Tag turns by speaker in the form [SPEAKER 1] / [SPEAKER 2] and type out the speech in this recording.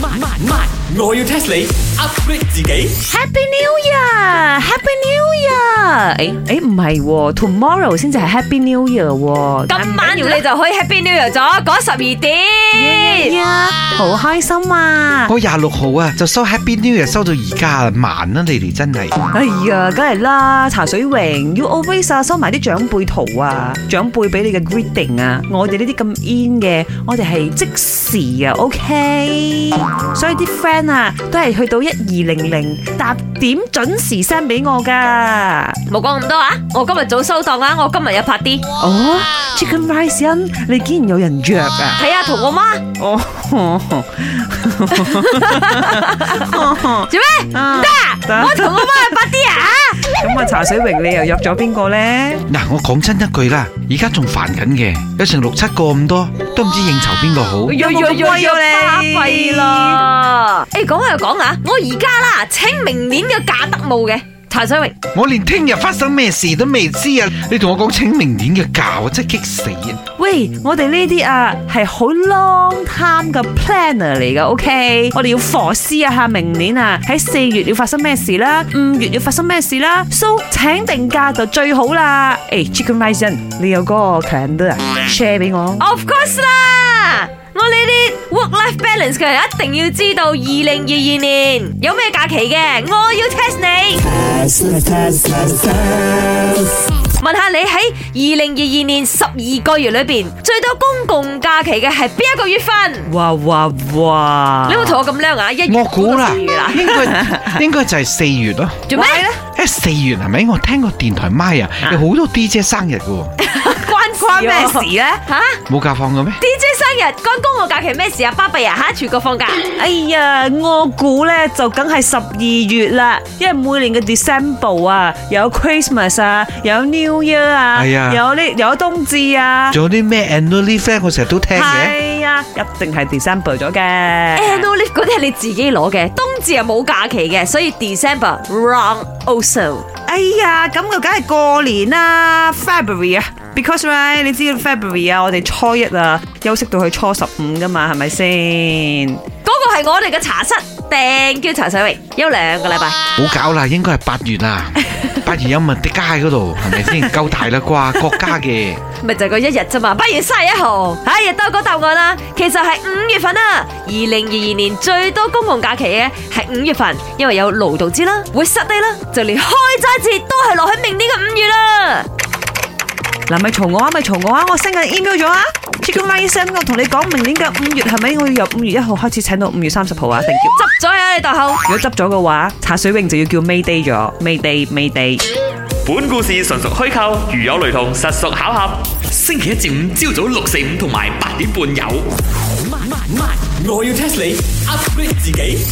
[SPEAKER 1] 慢慢慢，我要 test 你 upgrade 自己。
[SPEAKER 2] Happy New Year，Happy New Year，誒誒唔係喎，Tomorrow 先至係 Happy New Year 喎，
[SPEAKER 3] 今晚你就可以 Happy New Year 咗，嗰十二點。
[SPEAKER 2] 好開心啊！
[SPEAKER 4] 我廿六號啊，就收 Happy New Year 收到而家啊，慢啦、你哋真係。
[SPEAKER 2] 哎呀，梗係啦，茶水榮 You always 啊，收埋啲長輩圖啊，長輩俾你嘅 greeting 啊，我哋呢啲咁 in 嘅，我哋係即時啊，OK。所以啲 friend 啊，都係去到一二零零搭點準時 send 俾我噶。
[SPEAKER 3] 冇講咁多啊！我今日早收檔啊啦，我今日有拍啲，
[SPEAKER 2] 哦，Chicken Rice
[SPEAKER 3] 啊
[SPEAKER 2] 因，你竟然有人約啊！
[SPEAKER 3] 係啊，同我媽
[SPEAKER 2] 哦，
[SPEAKER 3] 做咩？唔
[SPEAKER 2] 啊
[SPEAKER 3] 得啊，
[SPEAKER 2] 得
[SPEAKER 3] 我同我媽有拍啲啊！哎
[SPEAKER 2] 咁啊，茶水榮你又約咗邊個咧？
[SPEAKER 4] 嗱，我講真一句啦，而家仲煩緊嘅，有成六七個咁多，都唔知應酬邊個好。
[SPEAKER 3] 哎
[SPEAKER 2] 有冇咁威啊你
[SPEAKER 3] 巴閉啦！誒，講下又講啊，我而家啦，請明年嘅假得冇嘅，茶水榮。
[SPEAKER 4] 我連聽日發生咩事都未知啊！你同我講請明年嘅假，我真係激死啊！
[SPEAKER 2] 喂，我哋呢啲啊係好 long time 嘅 planner 嚟噶，OK？我哋要 foresee 啊下明年啊喺四月要發生咩事啦，五月要發生咩事啦，so 請定假就最好啦。誒、Chicken Rising，你有嗰個 calendar 啊？share 俾我。
[SPEAKER 3] Of course 啦，我呢啲 work-life balance 嘅人一定要知道二零二二年有咩假期嘅，我要 test 你。問下你喺二零二二年十二個月裏邊最多公共假期嘅係邊一個月份？
[SPEAKER 2] 哇哇哇！
[SPEAKER 3] 你有冇同我咁叻啊？一月
[SPEAKER 4] 我估啦
[SPEAKER 3] 到四月，
[SPEAKER 4] 應 該應該就係四月咯。
[SPEAKER 3] 做咩咧？
[SPEAKER 4] 誒，四月係咪？我聽過電台咪啊，有好多 DJ 生日嘅喎，
[SPEAKER 3] 關
[SPEAKER 2] 關咩事咧？
[SPEAKER 3] 吓
[SPEAKER 4] 冇假放嘅咩？
[SPEAKER 3] ？DJ 生日關公我假期咩事啊？巴閉啊吓，全國放假。
[SPEAKER 2] 哎呀，我估咧就梗係十二月啦，因為每年嘅 December 啊，有 Christmas 啊，有 New Year 啊，
[SPEAKER 4] 係啊
[SPEAKER 2] 有呢有冬至啊，
[SPEAKER 4] 仲有啲咩 annual leave 咧？我成日都聽嘅。
[SPEAKER 2] 係啊，一定係 December 咗嘅。
[SPEAKER 3] Annual leave 嗰啲係你自己攞嘅，冬至係冇假期嘅，所以 December wrong also。
[SPEAKER 2] 哎呀，咁就梗係過年啦，February à, 啊，because right，你知 February à, 啊，我哋初一啊，休息到去初十五噶嘛，係咪先？
[SPEAKER 3] 嗰個係我哋嘅茶室，訂叫茶水榮，休兩個禮拜。
[SPEAKER 4] 冇搞啦，應該係八月啦。八月有文迪街嗰度，係咪先？夠大啦啩，國家嘅。
[SPEAKER 3] 咪就係嗰一日啫嘛，八月三十一號，唉，亦都有個答案啦。其實係五月份啦，二零二二年最多公共假期嘅係五月份，因為有勞動節啦、活塞低啦，就連開齋節都係落喺明年嘅五月啦。
[SPEAKER 2] 嗱，咪嘈我啊，咪嘈我啊！我 send 緊 email 咗啊，Chicken r i c 我同你講，明年嘅五月係咪我要由五月一號開始請到五月三十號啊？定要
[SPEAKER 3] 執咗啊，你代後。
[SPEAKER 2] 如果執咗嘅話，茶水泳就要叫 May Day 咗，May Day，May Day。
[SPEAKER 5] 本故事純屬虛構，如有雷同，實屬巧合。
[SPEAKER 1] 星期一至五朝早六四五同埋八點半有。慢慢慢，我要 test 你 upgrade 自己。